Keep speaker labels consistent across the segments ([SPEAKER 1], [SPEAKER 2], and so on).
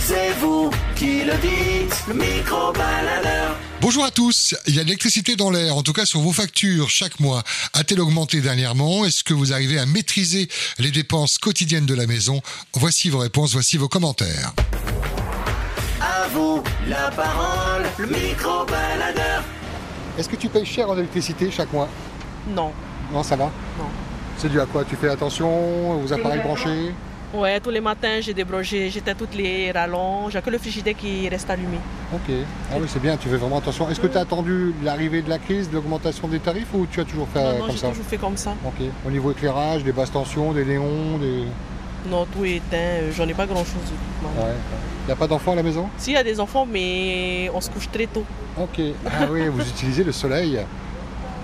[SPEAKER 1] c'est vous qui le dites, le micro-baladeur.
[SPEAKER 2] Bonjour à tous. Il y a de l'électricité dans l'air, en tout cas sur vos factures chaque mois. A-t-elle augmenté dernièrement Est-ce que vous arrivez à maîtriser les dépenses quotidiennes de la maison Voici vos réponses, voici vos commentaires.
[SPEAKER 1] À vous la parole, le micro-baladeur.
[SPEAKER 2] Est-ce que tu payes cher en électricité chaque mois
[SPEAKER 3] Non.
[SPEAKER 2] Non, ça va
[SPEAKER 3] Non.
[SPEAKER 2] C'est dû à quoi Tu fais attention aux appareils branchés
[SPEAKER 3] Ouais, tous les matins, j'ai débranché, j'étais toutes les rallonges, j'ai que le frigidaire qui reste allumé.
[SPEAKER 2] Ok. Ah oui, c'est bien, tu fais vraiment attention. Est-ce que tu as attendu l'arrivée de la crise, de l'augmentation des tarifs ou tu as toujours fait euh,
[SPEAKER 3] non, non,
[SPEAKER 2] comme
[SPEAKER 3] j'ai
[SPEAKER 2] ça
[SPEAKER 3] toujours fait comme ça.
[SPEAKER 2] Ok. Au niveau éclairage, des basses tensions, des néons, des...
[SPEAKER 3] Non, tout est éteint, euh, j'en ai pas grand-chose.
[SPEAKER 2] Ouais.
[SPEAKER 3] non.
[SPEAKER 2] ouais. Il n'y a pas d'enfants à la maison
[SPEAKER 3] Si, il y a des enfants, mais on se couche très tôt.
[SPEAKER 2] Ok. Ah oui, vous utilisez le soleil.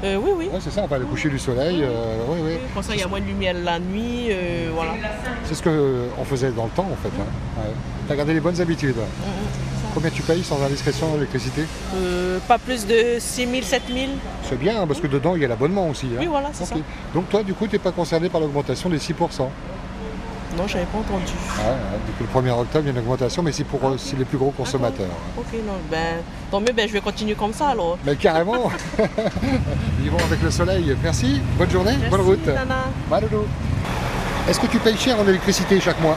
[SPEAKER 3] Euh, oui, oui.
[SPEAKER 2] Ouais, c'est ça, enfin, le coucher du soleil. euh, ouais, ouais.
[SPEAKER 3] Comme ça, il y a moins de lumière la nuit, euh, voilà.
[SPEAKER 2] C'est ce qu'on faisait dans le temps en fait. hein. Ouais. T'as gardé les bonnes habitudes.
[SPEAKER 3] Mm,
[SPEAKER 2] Combien tu payes sans indiscrétion l'électricité
[SPEAKER 3] Euh, pas plus de 6 000, 7 000.
[SPEAKER 2] C'est bien hein, parce que dedans il y a l'abonnement aussi. hein.
[SPEAKER 3] Oui, voilà, c'est
[SPEAKER 2] Ok. Donc toi du coup t'es pas concerné par l'augmentation des 6%. Ouais,
[SPEAKER 3] ça. Non, j'avais pas entendu.
[SPEAKER 2] ouais, Depuis le 1er octobre il y a une augmentation mais c'est pour euh, c'est les plus gros consommateurs.
[SPEAKER 3] Ok, non, ben, tant mieux, ben, je vais continuer comme ça alors.
[SPEAKER 2] Mais carrément Vivons avec le soleil. Merci, bonne journée, bonne
[SPEAKER 3] Merci,
[SPEAKER 2] route.
[SPEAKER 3] Nana.
[SPEAKER 2] Bye, Dodo. Est-ce que tu payes cher en électricité chaque mois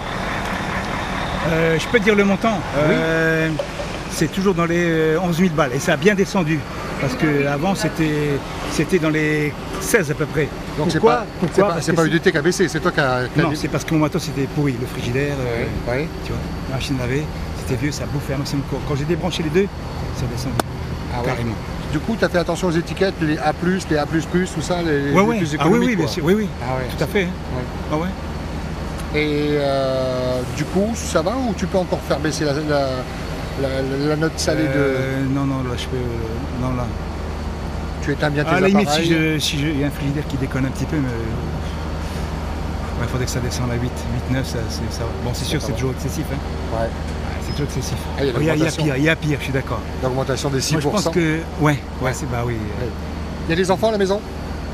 [SPEAKER 4] Euh, je peux te dire le montant. Euh, c'est toujours dans les euh, 11 000 balles. Et ça a bien descendu. Parce qu'avant, c'était, c'était dans les 16 à peu près.
[SPEAKER 2] Donc c'est
[SPEAKER 4] Pourquoi
[SPEAKER 2] pas,
[SPEAKER 4] Pourquoi
[SPEAKER 2] c'est pas,
[SPEAKER 4] Parce
[SPEAKER 2] c'est
[SPEAKER 4] que
[SPEAKER 2] pas
[SPEAKER 4] c'est-
[SPEAKER 2] UDT qui a baissé, c'est toi qui as. qui as
[SPEAKER 4] Non,
[SPEAKER 2] dit-
[SPEAKER 4] c'est parce que mon matos c'était pourri. Le frigidaire, euh,
[SPEAKER 2] Ouais.
[SPEAKER 4] tu vois, la machine à laver, c'était vieux, ça bouffait un maximum. Quand- Quand j'ai débranché les deux, ça descendait.
[SPEAKER 2] Ah ouais.
[SPEAKER 4] Carrément.
[SPEAKER 2] Du coup, tu as fait attention aux étiquettes, les A, les A, tout ça, les,
[SPEAKER 4] Ouais,
[SPEAKER 2] les
[SPEAKER 4] ouais.
[SPEAKER 2] plus
[SPEAKER 4] Ah oui,
[SPEAKER 2] économiques,
[SPEAKER 4] oui, bien
[SPEAKER 2] quoi.
[SPEAKER 4] sûr. Oui, oui.
[SPEAKER 2] Ah ouais,
[SPEAKER 4] Tout à fait. hein. Ah ouais.
[SPEAKER 2] Et euh, du coup, ça va ou tu peux encore faire baisser la, la, la- la note salée
[SPEAKER 4] Euh, Non, non, là, je peux. euh, Non, là.
[SPEAKER 2] de. Tu éteins bien tes
[SPEAKER 4] À la
[SPEAKER 2] appareils
[SPEAKER 4] limite, si Ah, je- si je- il y a un frigidaire qui déconne un petit peu, mais il faudrait que ça descende à 8, 8 9, ça, c'est- ça va. Bon, c'est sûr,
[SPEAKER 2] Ça
[SPEAKER 4] c'est
[SPEAKER 2] va.
[SPEAKER 4] toujours excessif. hein.
[SPEAKER 2] Ouais.
[SPEAKER 4] C'est toujours excessif.
[SPEAKER 2] Ah, il y a
[SPEAKER 4] Oh, il y, a- il y a
[SPEAKER 2] l'augmentation.
[SPEAKER 4] pire, il y a pire, je suis d'accord.
[SPEAKER 2] L'augmentation des 6%.
[SPEAKER 4] Moi, je pense que. Ouais, ouais, c'est bah oui. euh,
[SPEAKER 2] Il y a des enfants à la maison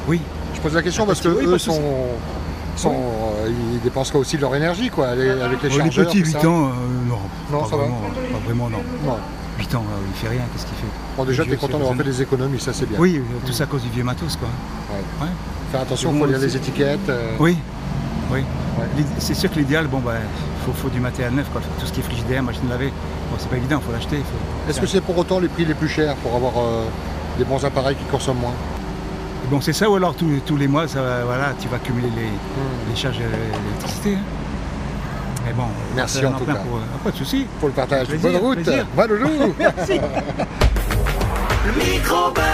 [SPEAKER 4] Oui.
[SPEAKER 2] Je pose la question
[SPEAKER 4] Ah,
[SPEAKER 2] parce que
[SPEAKER 4] petit, oui,
[SPEAKER 2] eux
[SPEAKER 4] pas de souci.
[SPEAKER 2] sont. sont euh, ils dépensent aussi de leur énergie, quoi, les- avec les
[SPEAKER 4] Oh, les
[SPEAKER 2] chargeurs.
[SPEAKER 4] petits,
[SPEAKER 2] tout
[SPEAKER 4] 8
[SPEAKER 2] ça.
[SPEAKER 4] ans, euh, non.
[SPEAKER 2] Non,
[SPEAKER 4] pas
[SPEAKER 2] ça va.
[SPEAKER 4] vraiment, euh, Pas vraiment, non.
[SPEAKER 2] Non.
[SPEAKER 4] 8 ans, euh, il fait rien, qu'est-ce qu'il fait
[SPEAKER 2] Bon, déjà, tu
[SPEAKER 4] Les
[SPEAKER 2] es
[SPEAKER 4] vieux, c'est
[SPEAKER 2] content d'avoir
[SPEAKER 4] raisonnable.
[SPEAKER 2] fait des économies, ça c'est bien.
[SPEAKER 4] Oui, euh, tout ça à cause du vieux matos, quoi.
[SPEAKER 2] Ouais.
[SPEAKER 4] Ouais.
[SPEAKER 2] Faire attention, il
[SPEAKER 4] Bon,
[SPEAKER 2] faut lire
[SPEAKER 4] c'est-
[SPEAKER 2] les étiquettes. euh,
[SPEAKER 4] Oui, oui.
[SPEAKER 2] Ouais.
[SPEAKER 4] L'id- C'est sûr que l'idéal, bon, bah, faut, faut du matériel neuf, quoi. Tout ce qui est frigidaire, machine lavée, bon, c'est pas évident, faut l'acheter. faut-
[SPEAKER 2] Est-ce que c'est pour autant les prix les plus chers pour avoir euh, des bons appareils qui consomment moins
[SPEAKER 4] Bon, c'est ça, ou alors tous, tous les mois, ça, va- voilà, tu vas cumuler
[SPEAKER 2] Hmm.
[SPEAKER 4] les, les charges euh, d'électricité. hein. Mais bon,
[SPEAKER 2] Merci
[SPEAKER 4] ça, on
[SPEAKER 2] en tout
[SPEAKER 4] plein
[SPEAKER 2] cas.
[SPEAKER 4] Pour, ah, pas de souci.
[SPEAKER 2] Pour le partage.
[SPEAKER 4] Plaisir,
[SPEAKER 2] Bonne route
[SPEAKER 4] plaisir.
[SPEAKER 2] Bonne route
[SPEAKER 1] Le micro-baladeur.